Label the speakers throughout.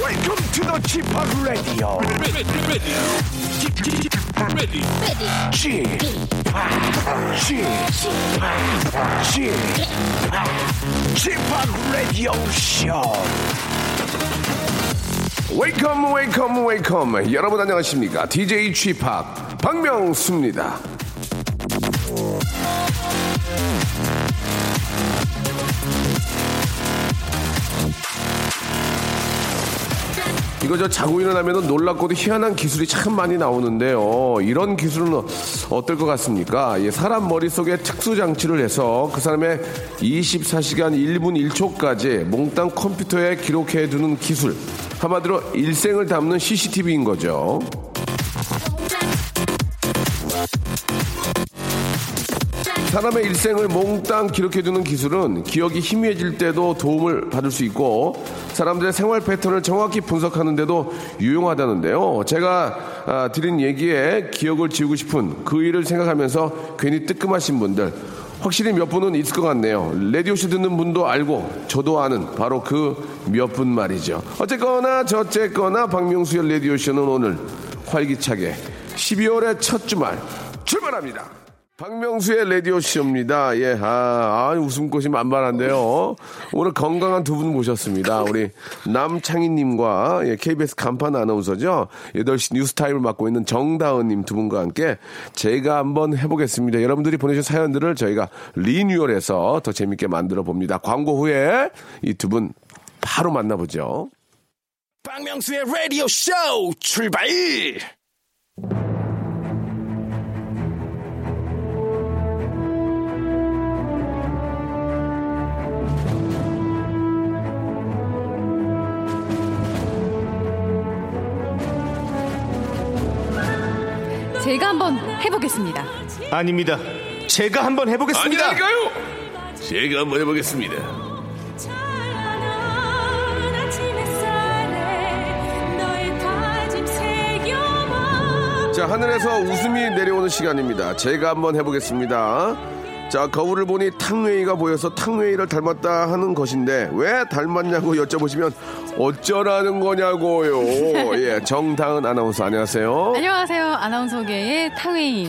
Speaker 1: Welcome to the Chip Radio. Chip Chip Chip Radio Show.
Speaker 2: 웨이컴 웨이컴 웨이컴 여러분 안녕하십니까 DJ 취팝 박명수입니다 이거 저 자고 일어나면 놀랍고도 희한한 기술이 참 많이 나오는데요. 이런 기술은 어- 어떨 것 같습니까? 예, 사람 머릿속에 특수장치를 해서 그 사람의 24시간 1분 1초까지 몽땅 컴퓨터에 기록해두는 기술. 한마디로 일생을 담는 CCTV인 거죠. 사람의 일생을 몽땅 기록해두는 기술은 기억이 희미해질 때도 도움을 받을 수 있고 사람들의 생활 패턴을 정확히 분석하는데도 유용하다는데요. 제가 아, 드린 얘기에 기억을 지우고 싶은 그 일을 생각하면서 괜히 뜨끔하신 분들 확실히 몇 분은 있을 것 같네요. 레디오쇼 듣는 분도 알고 저도 아는 바로 그 몇 분 말이죠. 어쨌거나 저쨌거나 박명수의 레디오쇼는 오늘 활기차게 12월의 첫 주말 출발합니다. 박명수의 라디오쇼입니다. 예, 아, 아, 웃음꽃이 만만한데요. 오늘 건강한 두 분 모셨습니다. 우리 남창희님과 예, KBS 간판 아나운서죠. 8시 뉴스타임을 맡고 있는 정다은님 두 분과 함께 제가 한번 해보겠습니다. 여러분들이 보내주신 사연들을 저희가 리뉴얼해서 더 재밌게 만들어 봅니다. 광고 후에 이 두 분 바로 만나보죠.
Speaker 1: 박명수의 Radio Show 출발.
Speaker 3: 제가 한번 해보겠습니다.
Speaker 4: 아닙니다. 제가 한번 해보겠습니다.
Speaker 2: 제가 한번 해보겠습니다.
Speaker 5: 찬란한 아침 햇살에 너의 다짐 새겨봐
Speaker 2: 자, 하늘에서 웃음이 내려오는 시간입니다. 제가 한번 해보겠습니다. 자, 거울을 보니 탕웨이가 보여서 탕웨이를 닮았다 하는 것인데, 왜 닮았냐고 여쭤보시면 어쩌라는 거냐고요. 예, 정다은 아나운서, 안녕하세요.
Speaker 3: 안녕하세요 아나운서계의 탕웨이.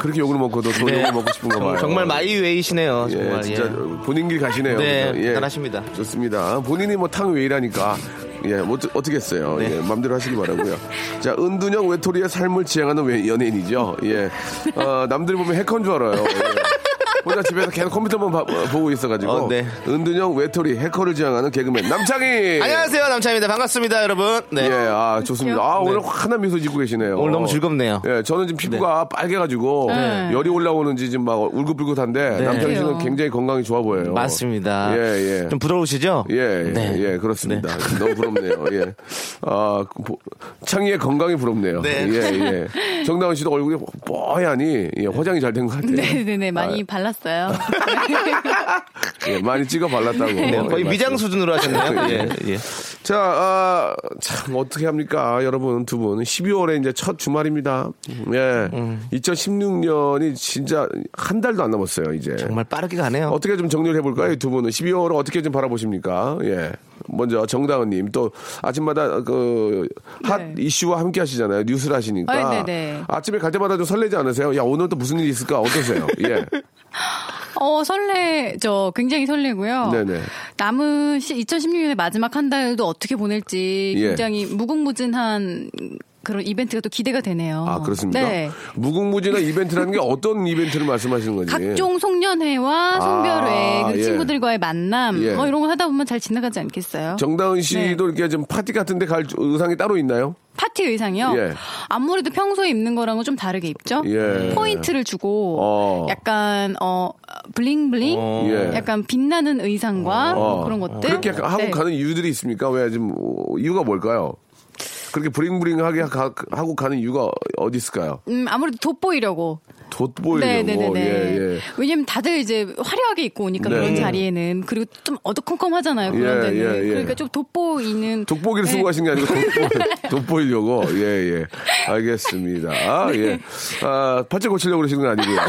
Speaker 2: 그렇게 욕을 먹고도 돈 욕을 먹고 싶은 거 봐요.
Speaker 6: 네. 정말 마이웨이시네요.
Speaker 2: 예,
Speaker 6: 정말.
Speaker 2: 진짜 예.
Speaker 6: 예.
Speaker 2: 본인 길 가시네요.
Speaker 6: 네,
Speaker 2: 그죠?
Speaker 6: 대단하십니다.
Speaker 2: 좋습니다. 본인이 뭐 탕웨이라니까. 예, 뭐 어쩌- 어떻게 했어요?
Speaker 6: 네.
Speaker 2: 예, 맘대로 하시기 바라고요. 자, 은둔형 외톨이의 삶을 지향하는 외- 연예인이죠. 예, 어, 남들이 보면 해커인 줄 알아요. 예. 혼자 집에서 계속 컴퓨터만 봐- 보고 있어가지고
Speaker 6: 어, 네.
Speaker 2: 은둔형 외톨이 해커를 지향하는 개그맨 남창희.
Speaker 6: 안녕하세요. 남창입니다. 반갑습니다, 여러분. 네.
Speaker 2: 예, 아 좋습니다. 아 오늘 환한 미소 짓고 계시네요.
Speaker 6: 오늘 너무 즐겁네요. 네.
Speaker 2: 예, 저는 지금 피부가 빨개가지고 열이 올라오는지 지금 막 울긋불긋한데 남편 씨는
Speaker 3: 그래요.
Speaker 2: 굉장히 건강이 좋아 보여요.
Speaker 6: 네. 맞습니다.
Speaker 2: 예, 예.
Speaker 6: 좀 부러우시죠?
Speaker 2: 예, 예,
Speaker 6: 네.
Speaker 2: 예, 그렇습니다. 너무 부럽네요. 예. 아, 그 보- 창의의 건강이 부럽네요.
Speaker 6: 네.
Speaker 2: 예, 예. 정다은 씨도 얼굴이 뽀얀이 예, 화장이 잘 된 것 같아요.
Speaker 3: 네네네 많이 발랐어요. 네.
Speaker 2: 예, 많이 찍어 발랐다고.
Speaker 6: 네, 거의
Speaker 2: 예,
Speaker 6: 위장
Speaker 2: 맞습니다.
Speaker 6: 수준으로 하셨네요.
Speaker 2: 예.
Speaker 6: 예, 예.
Speaker 2: 자, 아, 참, 어떻게 합니까? 아, 여러분, 두 분. 12월에 이제 첫 주말입니다. 예.
Speaker 6: 음.
Speaker 2: 2016년이 진짜 한 달도 안 남았어요, 이제.
Speaker 6: 정말 빠르게 가네요.
Speaker 2: 어떻게 좀 정리를 해볼까요? 이 두 분은 12월을 어떻게 좀 바라보십니까? 예. 먼저 정다은님 또 아침마다 그 핫
Speaker 3: 네.
Speaker 2: 이슈와 함께 하시잖아요. 뉴스를 하시니까
Speaker 3: 아, 네네.
Speaker 2: 아침에 갈 때마다 좀 설레지 않으세요? 야 오늘 또 무슨 일이 있을까 어떠세요? 예.
Speaker 3: 어 설레죠. 굉장히 설레고요.
Speaker 2: 네네.
Speaker 3: 남은 2016년의 마지막 한 달도 어떻게 보낼지
Speaker 2: 예.
Speaker 3: 굉장히 무궁무진한 그런 이벤트가 또 기대가 되네요.
Speaker 2: 아, 그렇습니까?
Speaker 3: 네.
Speaker 2: 무궁무진한 이벤트라는 게 어떤 이벤트를 말씀하시는 건지.
Speaker 3: 각종 송년회와 송별회,
Speaker 2: 아,
Speaker 3: 그리고
Speaker 2: 예.
Speaker 3: 친구들과의 만남,
Speaker 2: 예.
Speaker 3: 뭐 이런 거 하다 보면 잘 지나가지 않겠어요?
Speaker 2: 정다은 씨도
Speaker 3: 네.
Speaker 2: 이렇게 좀 파티 같은데 갈 의상이 따로 있나요?
Speaker 3: 파티 의상이요?
Speaker 2: 예.
Speaker 3: 아무래도 평소에 입는 거랑은 좀 다르게 입죠?
Speaker 2: 예.
Speaker 3: 포인트를 주고,
Speaker 2: 어.
Speaker 3: 약간, 어, 블링블링?
Speaker 2: 예. 어.
Speaker 3: 약간 빛나는 의상과 뭐 그런 것들.
Speaker 2: 그렇게 하고
Speaker 3: 네.
Speaker 2: 가는 이유들이 있습니까? 왜 지금 어, 이유가 뭘까요? 그렇게 브링브링하게 가- 하고 가는 이유가 어디 있을까요?
Speaker 3: 음, 아무래도 돋보이려고.
Speaker 2: 돋보이려고.
Speaker 3: 네네네네.
Speaker 2: 예, 예.
Speaker 3: 왜냐면 다들 이제 화려하게 입고 오니까
Speaker 2: 네.
Speaker 3: 그런 자리에는 그리고 좀 어두컴컴하잖아요
Speaker 2: 예,
Speaker 3: 그런 데는
Speaker 2: 예, 예.
Speaker 3: 그러니까 좀 돋보이는
Speaker 2: 돋보기를 쓰고 하신 게 아니고 돋보, 돋보이려고 예예 알겠습니다 아,
Speaker 3: 네.
Speaker 2: 예 아, 팔찌 고치려고 그러시는 건 아니고요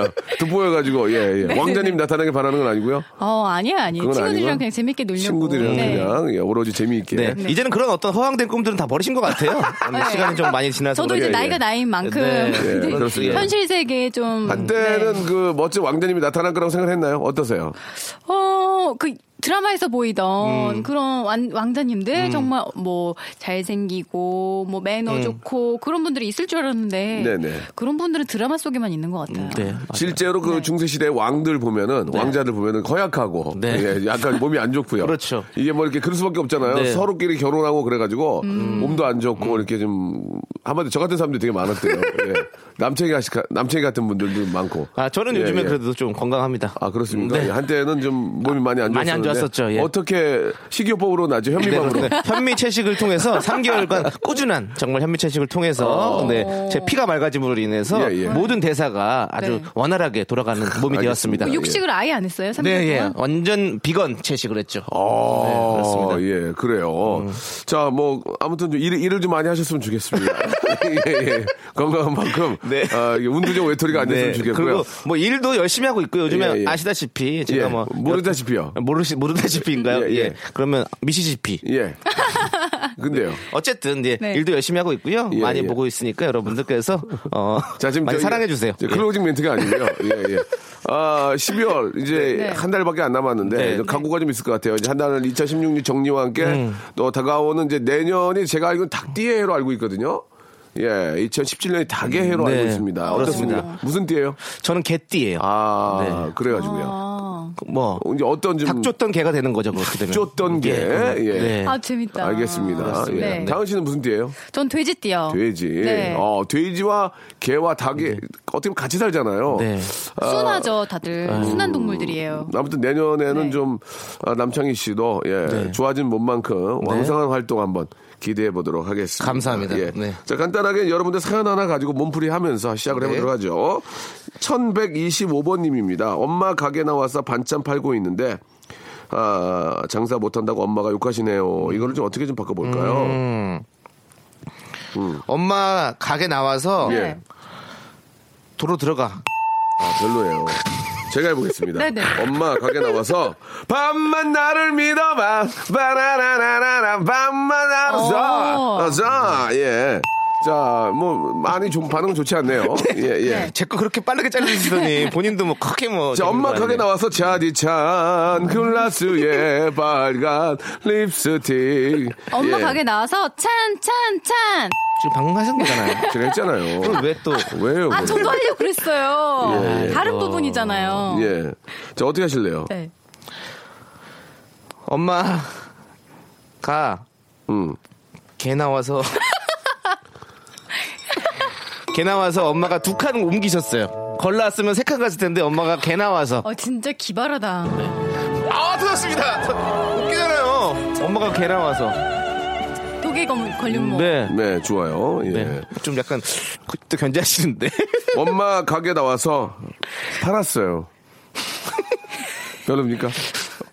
Speaker 2: 예, 돋보여가지고 예예 왕자님 나타나길 바라는 건 아니고요
Speaker 3: 어 아니야 아니
Speaker 2: 그건
Speaker 3: 네. 친구들이랑
Speaker 2: 아니고요.
Speaker 3: 그냥 재밌게 놀려고
Speaker 2: 친구들이랑
Speaker 3: 네.
Speaker 2: 그냥 예, 오로지 재미있게
Speaker 6: 네. 이제는 그런 어떤 허황된 꿈들은 다 버리신 것 같아요. 아마
Speaker 3: 네.
Speaker 6: 시간이 좀 많이 지나서.
Speaker 3: 저도
Speaker 6: 그런지.
Speaker 3: 이제
Speaker 2: 예,
Speaker 3: 나이가
Speaker 2: 예.
Speaker 3: 나인 만큼
Speaker 6: 네.
Speaker 2: 예,
Speaker 3: 이제
Speaker 2: 그렇습니다.
Speaker 3: 현실 세계에 좀
Speaker 2: 한때는
Speaker 3: 네.
Speaker 2: 그 멋진 왕자님이 나타날 거라고 생각했나요 어떠세요
Speaker 3: 어, 그 드라마에서 보이던
Speaker 2: 음.
Speaker 3: 그런 왕, 왕자님들 정말 뭐 잘생기고 뭐 매너 좋고 그런 분들이 있을 줄 알았는데
Speaker 2: 음. 네네.
Speaker 3: 그런 분들은 드라마 속에만 있는 것 같아요.
Speaker 6: 네.
Speaker 2: 실제로 그 중세 시대 왕들 보면은 왕자들 보면은 거약하고
Speaker 6: 네.
Speaker 2: 예, 약간 몸이 안 좋고요.
Speaker 6: 그렇죠.
Speaker 2: 이게 뭐 이렇게 그럴 수밖에 없잖아요.
Speaker 6: 네. 음.
Speaker 2: 서로끼리 결혼하고 그래가지고 몸도 안 좋고 이렇게 좀 한마디 저 같은 사람들이 되게 많았대요. 예. 남창이 같이 가- 남창이 같은 분들도 많고.
Speaker 6: 아, 저는
Speaker 2: 예,
Speaker 6: 요즘에
Speaker 2: 예.
Speaker 6: 그래도 좀 건강합니다. 네.
Speaker 2: 아 그렇습니까? 예, 한때는 좀 몸이 많이 안
Speaker 6: 많이 안
Speaker 2: 좋았었는데
Speaker 6: 좋았었죠, 예.
Speaker 2: 어떻게 식이요법으로 나죠 현미밥으로
Speaker 6: 네, 현미 채식을 통해서 3개월간 꾸준한 정말 현미 채식을 통해서 네, 제 피가 맑아짐으로 인해서
Speaker 2: 어. 예, 예.
Speaker 6: 모든 대사가 아주
Speaker 3: 네.
Speaker 6: 원활하게 돌아가는 몸이 되었습니다.
Speaker 3: 그 육식을 아예 안 했어요? 3년
Speaker 6: 네, 예.
Speaker 3: 동안?
Speaker 6: 완전 비건 채식을 했죠.
Speaker 2: 아,
Speaker 6: 네, 그렇습니다. 음.
Speaker 2: 예, 그래요. 자, 뭐, 아무튼 좀 일, 일을 좀 많이 하셨으면 좋겠습니다. 예, 예. 건강한 만큼.
Speaker 6: 네.
Speaker 2: 아, 이게 운두정 외톨이가 안 됐으면 좋겠고요.
Speaker 6: 그리고 뭐 일도 열심히 하고 있고 요즘에
Speaker 2: 예, 예.
Speaker 6: 아시다시피 제가
Speaker 2: 예,
Speaker 6: 뭐
Speaker 2: 모르다시피요.
Speaker 6: 모르시 모르다시피인가요?
Speaker 2: 예,
Speaker 6: 예,
Speaker 2: 예.
Speaker 6: 그러면 미시시피.
Speaker 2: 예. 근데요.
Speaker 6: 어쨌든 예,
Speaker 3: 네.
Speaker 6: 일도 열심히 하고 있고요.
Speaker 2: 예,
Speaker 6: 많이
Speaker 2: 예.
Speaker 6: 보고 있으니까 여러분들께서 어
Speaker 2: 자, 지금
Speaker 6: 많이
Speaker 2: 저희
Speaker 6: 사랑해 주세요.
Speaker 2: 이제 클로징 멘트가 아니고요. 예, 예. 아, 12월 이제
Speaker 3: 네.
Speaker 2: 한 달밖에 안 남았는데
Speaker 6: 네.
Speaker 2: 이제 각오가 좀 있을 것 같아요. 이제 한 달은 2016년 정리와 함께
Speaker 6: 음.
Speaker 2: 또 다가오는 이제 내년이 제가 알기로는 닭띠의 해로 알고 있거든요. 예, 2017년이 닭의 해로
Speaker 6: 네.
Speaker 2: 알고 있습니다.
Speaker 6: 그렇습니다.
Speaker 2: 어떻습니까? 무슨 띠예요?
Speaker 6: 저는 개띠예요.
Speaker 2: 아,
Speaker 6: 네.
Speaker 2: 그래가지고요.
Speaker 3: 아,
Speaker 6: 뭐
Speaker 2: 어, 이제 어떤 좀
Speaker 6: 닭 쫓던 개가 되는 거죠. 그렇게 되면.
Speaker 2: 쫓던 게. 예.
Speaker 6: 네.
Speaker 3: 아, 재밌다.
Speaker 2: 알겠습니다. 예.
Speaker 6: 그렇습니다.
Speaker 3: 네.
Speaker 2: 다은 씨는 무슨 띠예요?
Speaker 3: 전 돼지띠요.
Speaker 2: 돼지.
Speaker 3: 네.
Speaker 2: 어, 돼지와 개와 닭이 어떻게 보면 같이 살잖아요.
Speaker 6: 네.
Speaker 3: 순하죠, 다들. 순한 동물들이에요.
Speaker 2: 아무튼 내년에는
Speaker 3: 네.
Speaker 2: 좀 아, 남창희 씨도 예,
Speaker 6: 네.
Speaker 2: 좋아진 몸만큼 왕성한 활동 한번 기대해 보도록 하겠습니다.
Speaker 6: 감사합니다.
Speaker 2: 예.
Speaker 6: 네.
Speaker 2: 자 간단하게 여러분들 사연 하나 가지고 몸풀이 하면서 시작을 해보도록 하죠. 1125번님입니다. 엄마 가게 나와서 반찬 팔고 있는데 아, 장사 못한다고 엄마가 욕하시네요. 이거를 좀 어떻게 좀 바꿔볼까요?
Speaker 6: 음. 엄마 가게 나와서
Speaker 2: 음. 예.
Speaker 6: 도로 들어가.
Speaker 2: 아, 별로예요. 제가 해보겠습니다.
Speaker 3: 네네.
Speaker 2: 엄마 가게 나와서 밤만 나를 믿어봐 바라라라라라 밤만
Speaker 3: 오.
Speaker 2: 알아서 자 예. 자, 뭐, 많이 좀 반응 은 좋지 않네요. 예, 예.
Speaker 6: 제 거 그렇게 빠르게 잘라주시더니 본인도 뭐 크게 뭐.
Speaker 2: 자, 엄마 가게
Speaker 6: 아니에요.
Speaker 2: 나와서 차디찬 글라스에 빨간 립스틱.
Speaker 3: 엄마
Speaker 2: 예.
Speaker 3: 가게 나와서 찬, 찬, 찬!
Speaker 6: 지금 방금 하신 거잖아요.
Speaker 2: 제가 했잖아요.
Speaker 6: 그걸 왜 또.
Speaker 2: 왜요?
Speaker 3: 아,
Speaker 2: 그걸?
Speaker 3: 저도 하려고 그랬어요.
Speaker 2: 예, 예.
Speaker 3: 다른 부분이잖아요.
Speaker 2: 예. 자, 어떻게 하실래요?
Speaker 3: 네.
Speaker 6: 엄마 가.
Speaker 2: 음.
Speaker 6: 개 나와서. 개 나와서 엄마가 두 칸 옮기셨어요. 걸러왔으면 세 칸 갔을 텐데 엄마가 개 나와서.
Speaker 3: 어, 진짜 기발하다.
Speaker 6: 아, 터졌습니다. 터- 웃기잖아요. 엄마가 개 나와서.
Speaker 3: 독일 걸- 걸림목.
Speaker 6: 네.
Speaker 2: 네, 좋아요. 예.
Speaker 6: 네. 좀 약간 또 견제하시는데.
Speaker 2: 엄마 가게 나와서 팔았어요. 별로입니까?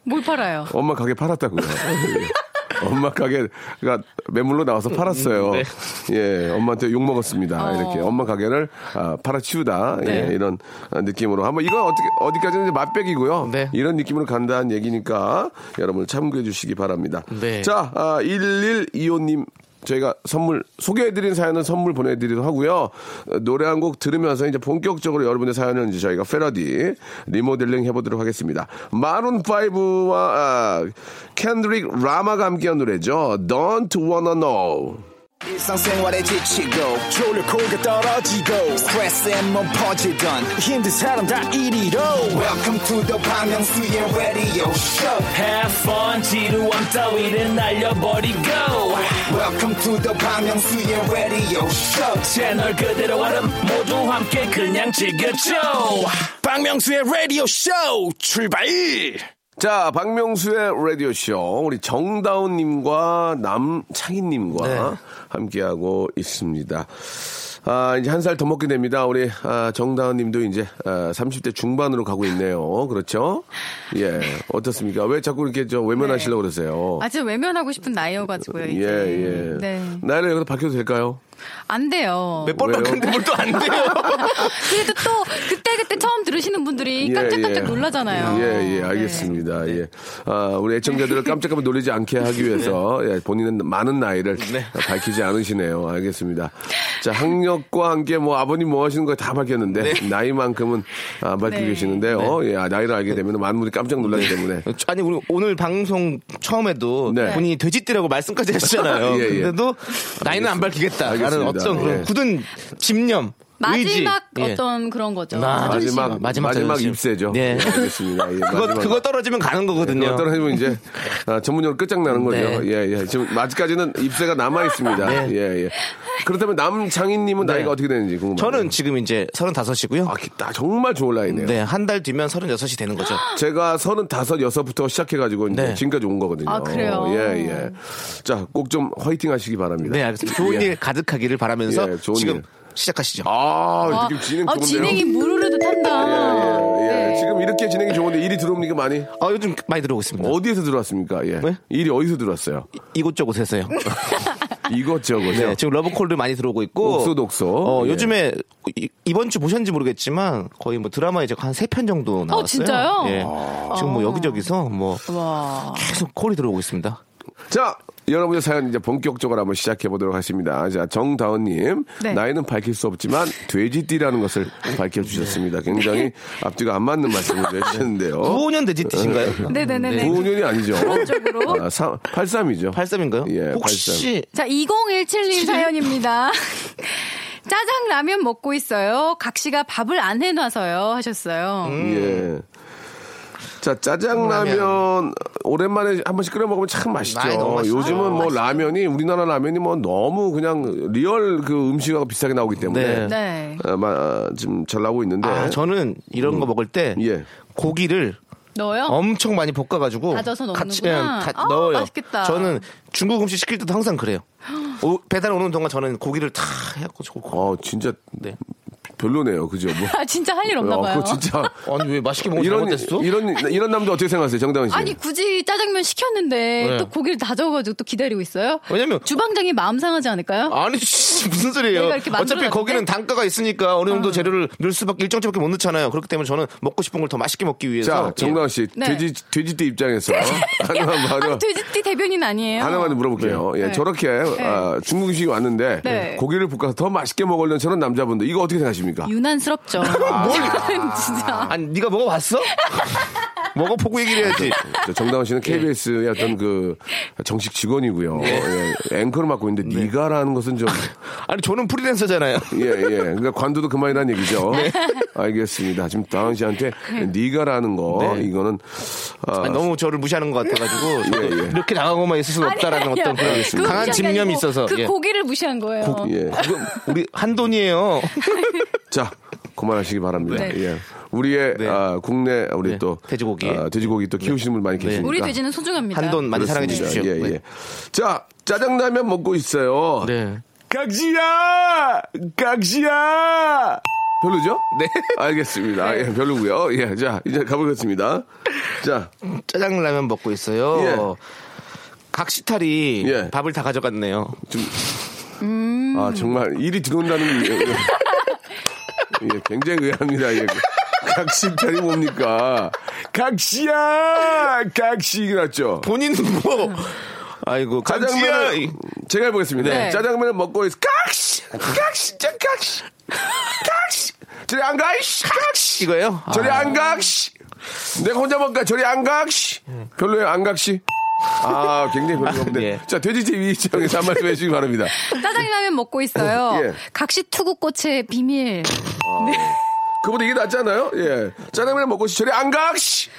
Speaker 3: 뭘 팔아요?
Speaker 2: 엄마 가게 팔았다고요. 예. 엄마 가게가 그러니까 매물로 나와서 팔았어요.
Speaker 6: 네.
Speaker 2: 예, 엄마한테 욕 먹었습니다.
Speaker 3: 어.
Speaker 2: 이렇게 엄마 가게를 아, 팔아치우다 예,
Speaker 6: 네.
Speaker 2: 이런 아, 느낌으로 한번 이건 어떻게 어디까지는 이제 맛백이고요.
Speaker 6: 네.
Speaker 2: 이런 느낌으로 간다는 얘기니까 여러분 참고해 주시기 바랍니다.
Speaker 6: 네.
Speaker 2: 자, 아, 1125님. 저희가 선물 소개해드린 사연은 선물 보내드리도록 하고요. 어, 노래 한 곡 들으면서 이제 본격적으로 여러분의 사연을 이제 저희가 패러디 리모델링 해보도록 하겠습니다. 마룬 5와 아, 캔드릭 라마가 함께한 노래죠. Don't Wanna Know.
Speaker 1: 일상생활에 지치고, 졸려 코가 떨어지고, 스트레스에 몸 퍼지던, 힘든 사람 다 이리로. welcome to the Bang Myung-soo's radio show
Speaker 7: Have fun 지루함 따위를 날려버리고
Speaker 1: welcome to the Bang Myung-soo's radio show
Speaker 7: 채널 그대로 와름 모두 함께 그냥 즐겨줘
Speaker 1: 박명수의 라디오 쇼 출발!
Speaker 2: 자, 박명수의 라디오쇼. 우리 정다운님과 남창희님과
Speaker 3: 네.
Speaker 2: 함께하고 있습니다. 아, 이제 한 살 더 먹게 됩니다. 우리, 아, 정다운님도 이제, 아, 30대 중반으로 가고 있네요. 그렇죠? 예. 어떻습니까? 왜 자꾸 이렇게 저 외면하시려고 그러세요?
Speaker 3: 아주 외면하고 싶은 네. 나이여가지고요.
Speaker 2: 예,
Speaker 3: 이제.
Speaker 2: 예.
Speaker 3: 네.
Speaker 2: 나이를 여기서 밝혀도 될까요?
Speaker 3: 안 돼요.
Speaker 6: 뻘뻘한데 뭘 또 안 돼요?
Speaker 3: 그래도 또 그때 그때 처음 들으시는 분들이 깜짝깜짝 놀라잖아요. 네.
Speaker 2: 예, 예, 알겠습니다. 예. 아, 우리 애청자들을 깜짝깜짝 놀리지 않게 하기 위해서
Speaker 3: 네.
Speaker 2: 예, 본인은 많은 나이를 밝히지 않으시네요. 알겠습니다. 자, 학력과 함께 뭐 아버님 뭐 하시는 거 다 밝혔는데 나이만큼은 안 밝히고
Speaker 3: 네.
Speaker 2: 계시는데요. 예, 아, 나이를 알게 되면 많은 분들이 깜짝 놀라기 때문에
Speaker 6: 아니 우리 오늘 방송 처음에도
Speaker 2: 네.
Speaker 6: 본인이 돼지띠라고 말씀까지 하셨잖아요.
Speaker 2: 예, 예.
Speaker 6: 근데도 나이는 안 밝히겠다라는
Speaker 2: 알겠습니다.
Speaker 6: 어떤 그런
Speaker 2: 예.
Speaker 6: 굳은 집념,
Speaker 3: 네. 마지막
Speaker 6: 의지. 예.
Speaker 3: 어떤 그런 거죠.
Speaker 6: 아,
Speaker 3: 자존심.
Speaker 2: 마지막 마지막,
Speaker 6: 마지막 자존심.
Speaker 2: 입세죠.
Speaker 6: 네.
Speaker 2: 예, 알겠습니다. 예,
Speaker 6: 그거
Speaker 2: 마지막. 예,
Speaker 6: 그거 떨어지면 가는 거거든요.
Speaker 2: 네, 그거 떨어지면 이제 아, 전문용어로 끝장나는 거죠.
Speaker 6: 네.
Speaker 2: 예, 예. 지금 아직까지는 입세가 남아 있습니다. 예, 예. 그렇다면 남장인님은 나이가 어떻게 되는지 궁금합니다.
Speaker 6: 네. 저는 지금 이제 35이고요.
Speaker 2: 아, 기- 나 정말 좋은 라인이에요.
Speaker 6: 네, 한 달 뒤면 36이 되는 거죠.
Speaker 2: 제가 서른다섯 여섯부터 시작해가지고 이제
Speaker 6: 네.
Speaker 2: 지금까지 온 거거든요.
Speaker 3: 아, 그래요?
Speaker 2: 예, 예. 자, 꼭 좀 화이팅 하시기 바랍니다.
Speaker 6: 네, 알겠습니다. 좋은 일 가득하길 바라면서
Speaker 2: 예, 좋은
Speaker 6: 지금
Speaker 2: 일.
Speaker 6: 시작하시죠.
Speaker 2: 아,
Speaker 3: 아,
Speaker 2: 느낌 진행
Speaker 3: 아,
Speaker 2: 좋은데요?
Speaker 3: 진행이 무르르듯 한다.
Speaker 2: 예, 예.
Speaker 3: 네.
Speaker 2: 지금 이렇게 진행이 좋은데 일이 들어옵니까 많이?
Speaker 6: 아, 요즘 많이 들어오고 있습니다.
Speaker 2: 어디에서 들어왔습니까? 예.
Speaker 6: 네?
Speaker 2: 일이 어디서 들어왔어요?
Speaker 6: 이곳저곳에서요.
Speaker 3: 아.
Speaker 2: 이것저것이요.
Speaker 6: 네, 지금 러브콜도 많이 들어오고 있고.
Speaker 2: 옥소, 독소.
Speaker 6: 어,
Speaker 2: 예.
Speaker 6: 요즘에 이- 이번 주 보셨는지 모르겠지만 거의 뭐 드라마에 제가 한 세 편 정도 나왔어요.
Speaker 3: 진짜요? 아.
Speaker 6: 예. 지금 뭐 여기저기서 뭐 계속 콜이 들어오고 있습니다.
Speaker 2: 자, 여러분의 사연 이제 본격적으로 한번 시작해 보도록 하겠습니다. 자, 정다은님
Speaker 3: 네.
Speaker 2: 나이는 밝힐 수 없지만 돼지띠라는 것을 밝혀 주셨습니다. 굉장히 앞뒤가 안 맞는 말씀을 해주셨는데요.
Speaker 6: 95년 돼지 뜻인가요?
Speaker 3: 네네네네.
Speaker 2: 95년이 아니죠.
Speaker 3: 그런 쪽으로.
Speaker 2: 아, 83이죠.
Speaker 6: 83인가요?
Speaker 2: 예,
Speaker 6: 혹시
Speaker 3: 자, 2017님 사연입니다. 짜장라면 먹고 있어요. 각시가 밥을 안 해놔서요. 하셨어요.
Speaker 2: 예. 자, 짜장라면 오랜만에 한 번씩 끓여 먹으면 참
Speaker 6: 많이
Speaker 2: 맛있죠.
Speaker 6: 너무 맛있어요.
Speaker 2: 요즘은 뭐 라면이 우리나라 라면이 뭐 너무 그냥 리얼 그 음식하고 비슷하게 나오기 때문에
Speaker 6: 네.
Speaker 3: 네.
Speaker 2: 아, 마- 아, 지금 잘 나오고 있는데
Speaker 6: 아, 저는 이런 거 먹을 때
Speaker 2: 예.
Speaker 6: 고기를
Speaker 3: 넣어요?
Speaker 6: 엄청 많이 볶아가지고
Speaker 3: 다져서
Speaker 6: 같이
Speaker 3: 넣는구나.
Speaker 6: 그냥 다
Speaker 3: 아,
Speaker 6: 넣어요.
Speaker 3: 맛있겠다.
Speaker 6: 저는 중국 음식 시킬 때도 항상 그래요. 오- 배달 오는 동안 저는 고기를 다 해갖고 저거
Speaker 2: 어, 진짜
Speaker 6: 네.
Speaker 2: 별로네요. 그죠? 뭐.
Speaker 3: 아, 진짜 할 일 없나
Speaker 2: 어,
Speaker 3: 봐요.
Speaker 2: 그거 진짜
Speaker 6: 아니 왜 맛있게 먹은
Speaker 2: 이런
Speaker 6: 잘못했어?
Speaker 2: 이런 이런 남자 어떻게 생각하세요? 정다은 씨.
Speaker 3: 아니 굳이 짜장면 시켰는데
Speaker 6: 네.
Speaker 3: 또 고기를 다져가지고 또 기다리고 있어요?
Speaker 6: 왜냐면-
Speaker 3: 주방장이 마음 상하지 않을까요?
Speaker 6: 아니 씨, 무슨 소리예요?
Speaker 3: 내가 이렇게
Speaker 6: 어차피
Speaker 3: 만들어놨는데? 아.
Speaker 6: 거기는 단가가 있으니까 어느 정도 재료를 넣을 수밖에 일정치밖에 못 넣잖아요. 그렇기 때문에 저는 먹고 싶은 걸 더 맛있게 먹기 위해서 예.
Speaker 2: 자, 정다은 씨.
Speaker 3: 네.
Speaker 2: 돼지 돼지띠 입장에서 하나만 하나
Speaker 3: 아, 돼지띠 대변인 아니에요?
Speaker 2: 하나만 물어볼게요. 예,
Speaker 3: 네.
Speaker 2: 저렇게 아, 중국 음식이 왔는데
Speaker 3: 네.
Speaker 2: 고기를 볶아서 더 맛있게 먹으려는 저런 남자분들 이거 어떻게 생각하십니까?
Speaker 3: 유난스럽죠. 이거는 진짜.
Speaker 6: 아니 네가 먹어봤어? 먹어보고 얘기를 해야지.
Speaker 2: 저 정다은 씨는
Speaker 3: 예.
Speaker 2: KBS의 어떤 그 정식 직원이고요.
Speaker 3: 네.
Speaker 2: 예, 앵커를 맡고 있는데
Speaker 6: 네.
Speaker 2: 니가라는 것은 좀
Speaker 6: 아니 저는 프리랜서잖아요.
Speaker 2: 예, 예. 그러니까 관두도 그만이라는 얘기죠.
Speaker 3: 네.
Speaker 2: 알겠습니다. 지금 다은 씨한테 니가라는 거
Speaker 6: 네.
Speaker 2: 이거는 아,
Speaker 6: 아니, 너무 저를 무시하는 것 같아가지고 저도
Speaker 2: 예.
Speaker 6: 이렇게 나가고만 있을 수는 없다라는
Speaker 3: 아니에요.
Speaker 6: 어떤 그런
Speaker 3: 그 무시한
Speaker 6: 강한
Speaker 3: 게
Speaker 6: 집념이
Speaker 3: 아니고
Speaker 6: 있어서
Speaker 3: 그
Speaker 6: 예.
Speaker 3: 고기를 무시한 거예요.
Speaker 2: 예.
Speaker 6: 그건 우리 한돈이에요.
Speaker 3: 그러니까.
Speaker 2: 자, 그만하시기 바랍니다.
Speaker 3: 네.
Speaker 2: 예. 우리의
Speaker 6: 네.
Speaker 2: 아, 국내 우리
Speaker 6: 네.
Speaker 2: 또
Speaker 6: 돼지고기. 네.
Speaker 2: 아, 돼지고기 또 키우시는 분 많이 계시니까.
Speaker 3: 우리 돼지는 소중합니다.
Speaker 6: 그러니까 한돈 많이 사랑해
Speaker 2: 그렇습니다.
Speaker 6: 주십시오.
Speaker 2: 예, 예.
Speaker 6: 네.
Speaker 2: 자, 짜장라면 먹고 있어요.
Speaker 6: 네.
Speaker 1: 각지야! 각지야!
Speaker 2: 별로죠?
Speaker 6: 네.
Speaker 2: 알겠습니다. 예, 별로고요. 예, 자, 이제 가보겠습니다. 자,
Speaker 6: 네. 짜장라면 먹고 있어요. 각시탈이
Speaker 2: 예.
Speaker 6: 밥을 다 가져갔네요.
Speaker 2: 좀. 아,
Speaker 6: 음.
Speaker 2: 정말 일이 들어온다는 게. 예, 예, 굉장히 의아합니다. 예. 각시탈이 뭡니까? 각시야! 각시 났죠?
Speaker 6: 본인은 뭐
Speaker 3: 음.
Speaker 6: 아이고
Speaker 2: 짜장면을
Speaker 6: 각시야.
Speaker 2: 제가 해보겠습니다.
Speaker 3: 네.
Speaker 2: 짜장면을 먹고 있어. 각시, 각시, 짜 각시, 각시. 저리 안 가, 씨, 각시.
Speaker 6: 이거예요?
Speaker 2: 저리
Speaker 6: 아.
Speaker 2: 안 가, 씨. 내가 혼자 먹까 저리 안 가, 씨. 별로예요, 안 가, 씨. 아, 굉장히 별로가 없네.
Speaker 6: 예.
Speaker 2: 자, 돼지집 이지영에서 한 말씀 해주시기 바랍니다.
Speaker 3: 짜장라면 먹고 있어요.
Speaker 2: 예.
Speaker 3: 각시투구꽃의 비밀.
Speaker 2: 그보다 이게 낫지 않아요? 예. 짜장면 먹고 시절에 안 가! 씨!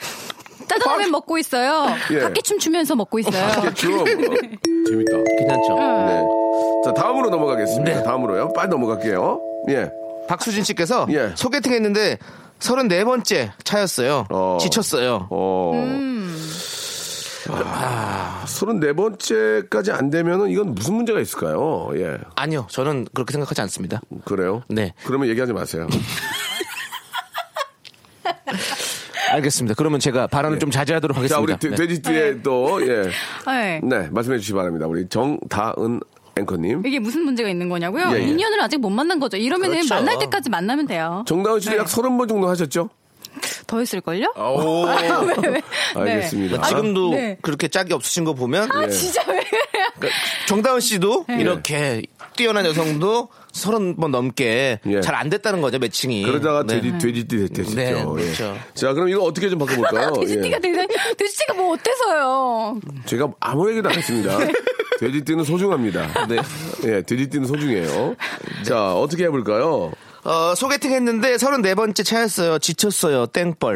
Speaker 3: 짜장라면 먹고 있어요.
Speaker 2: 예.
Speaker 3: 각기춤 추면서 먹고 있어요.
Speaker 2: 좀. 뭐. 재밌다.
Speaker 6: 괜찮죠? 네.
Speaker 2: 네. 자, 다음으로 넘어가겠습니다. 다음으로요. 빨리 넘어갈게요. 예.
Speaker 6: 박수진 씨께서
Speaker 2: 예.
Speaker 6: 소개팅 했는데 34번째 차였어요.
Speaker 2: 어.
Speaker 6: 지쳤어요.
Speaker 2: 어.
Speaker 6: 음.
Speaker 2: 아, 34번째까지 안 되면은 이건 무슨 문제가 있을까요? 예.
Speaker 6: 아니요, 저는 그렇게 생각하지 않습니다.
Speaker 2: 그래요?
Speaker 6: 네.
Speaker 2: 그러면 얘기하지 마세요.
Speaker 6: 알겠습니다. 그러면 제가 발언을 좀 자제하도록
Speaker 2: 예. 자,
Speaker 6: 하겠습니다.
Speaker 2: 우리 돼- 돼지띠에 또, 예.
Speaker 3: 네.
Speaker 2: 네, 말씀해 주시기 바랍니다. 우리 정다은 앵커님.
Speaker 3: 이게 무슨 문제가 있는 거냐고요?
Speaker 2: 예, 예.
Speaker 3: 인연을 아직 못 만난 거죠. 이러면 은
Speaker 6: 그렇죠.
Speaker 3: 만날 때까지 만나면 돼요.
Speaker 2: 정다은
Speaker 6: 네.
Speaker 2: 씨도 약 30번 정도 하셨죠?
Speaker 3: 더 했을걸요?
Speaker 2: 오.
Speaker 3: 왜, 왜? 네.
Speaker 2: 어. 아, 알겠습니다.
Speaker 6: 네. 지금도
Speaker 3: 네.
Speaker 6: 그렇게 짝이 없으신 거 보면
Speaker 2: 예.
Speaker 3: 아, 네. 진짜 왜?
Speaker 2: 그러니까,
Speaker 6: 정다은 씨도 이렇게 뛰어난 여성도 서른 번 넘게
Speaker 2: 예.
Speaker 6: 잘 안 됐다는 거죠 매칭이.
Speaker 2: 그러다가
Speaker 6: 네.
Speaker 2: 돼지, 돼지띠 됐죠. 예.
Speaker 6: 네, 그렇죠.
Speaker 2: 자, 그럼 이거 어떻게 좀 바꿔볼까요?
Speaker 3: 돼지띠가
Speaker 2: 예.
Speaker 3: 되게 돼지띠가 뭐 어때서요?
Speaker 2: 제가 아무 얘기도 안 했습니다. 돼지띠는 소중합니다. 네. 예, 돼지띠는 소중해요. 자, 어떻게 해볼까요?
Speaker 6: 어, 소개팅 했는데 서른 네 번째 차였어요. 지쳤어요. 땡벌.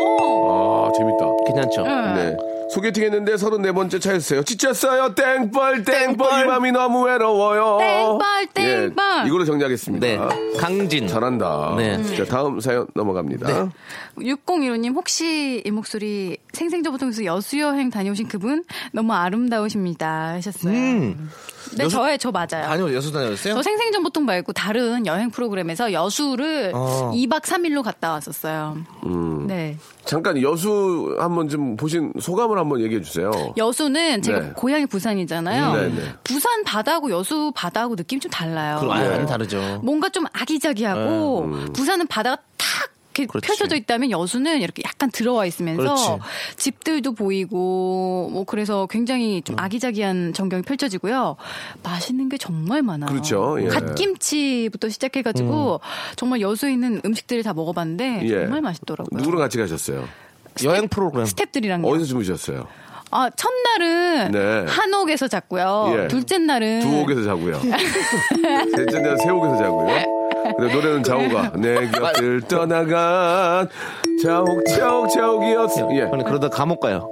Speaker 2: 아, 재밌다.
Speaker 6: 괜찮죠?
Speaker 2: 네. 소개팅 했는데 34번째 차였어요. 지쳤어요. 땡벌, 땡벌. 이
Speaker 6: 땡벌.
Speaker 2: 맘이 너무 외로워요.
Speaker 3: 땡벌,
Speaker 2: 예,
Speaker 3: 땡벌.
Speaker 2: 이걸로 정리하겠습니다.
Speaker 6: 네. 강진.
Speaker 2: 아, 잘한다.
Speaker 6: 네.
Speaker 2: 자, 다음 사연 넘어갑니다.
Speaker 6: 네.
Speaker 3: 6015님 혹시 이 목소리 생생저보통에서 여수여행 다녀오신 그분 너무 아름다우십니다 하셨어요.
Speaker 6: 음.
Speaker 3: 네,
Speaker 6: 여수-
Speaker 3: 저의 저 맞아요.
Speaker 6: 아니요 여수 다녀오셨어요?
Speaker 3: 저 생생정보통 말고 다른 여행 프로그램에서 여수를
Speaker 6: 어.
Speaker 3: 2박 3일로 갔다 왔었어요.
Speaker 2: 음.
Speaker 3: 네.
Speaker 2: 잠깐 여수 한번 좀 보신 소감을 한번 얘기해 주세요.
Speaker 3: 여수는 제가
Speaker 2: 네.
Speaker 3: 고향이 부산이잖아요.
Speaker 2: 음, 네, 네.
Speaker 3: 부산 바다하고 여수 바다하고 느낌이 좀 달라요.
Speaker 6: 그 완전 다르죠.
Speaker 3: 뭔가 좀 아기자기하고
Speaker 2: 네, 음.
Speaker 3: 부산은 바다가 탁 이렇게
Speaker 6: 그렇지.
Speaker 3: 펼쳐져 있다면 여수는 이렇게 약간 들어와 있으면서
Speaker 6: 그렇지.
Speaker 3: 집들도 보이고 뭐 그래서 굉장히
Speaker 2: 음.
Speaker 3: 좀 아기자기한 전경이 펼쳐지고요. 맛있는 게 정말 많아요.
Speaker 2: 그렇죠. 예. 음.
Speaker 3: 갓김치부터 시작해가지고 정말 여수에 있는 음식들을 다 먹어봤는데
Speaker 2: 예.
Speaker 3: 정말 맛있더라고요.
Speaker 2: 누구랑 같이 가셨어요?
Speaker 6: 여행 프로그램.
Speaker 3: 스탭들이랑
Speaker 2: 어디서 주무셨어요?
Speaker 3: 아 첫날은
Speaker 2: 네.
Speaker 3: 한옥에서 잤고요.
Speaker 2: 예.
Speaker 3: 둘째 날은
Speaker 2: 두옥에서 자고요. 셋째 날 세옥에서 자고요. 근데 노래는 자오가 내 곁을 떠나간 자옥 자옥 자옥이었어. 예.
Speaker 6: 아니, 그러다 감옥 가요.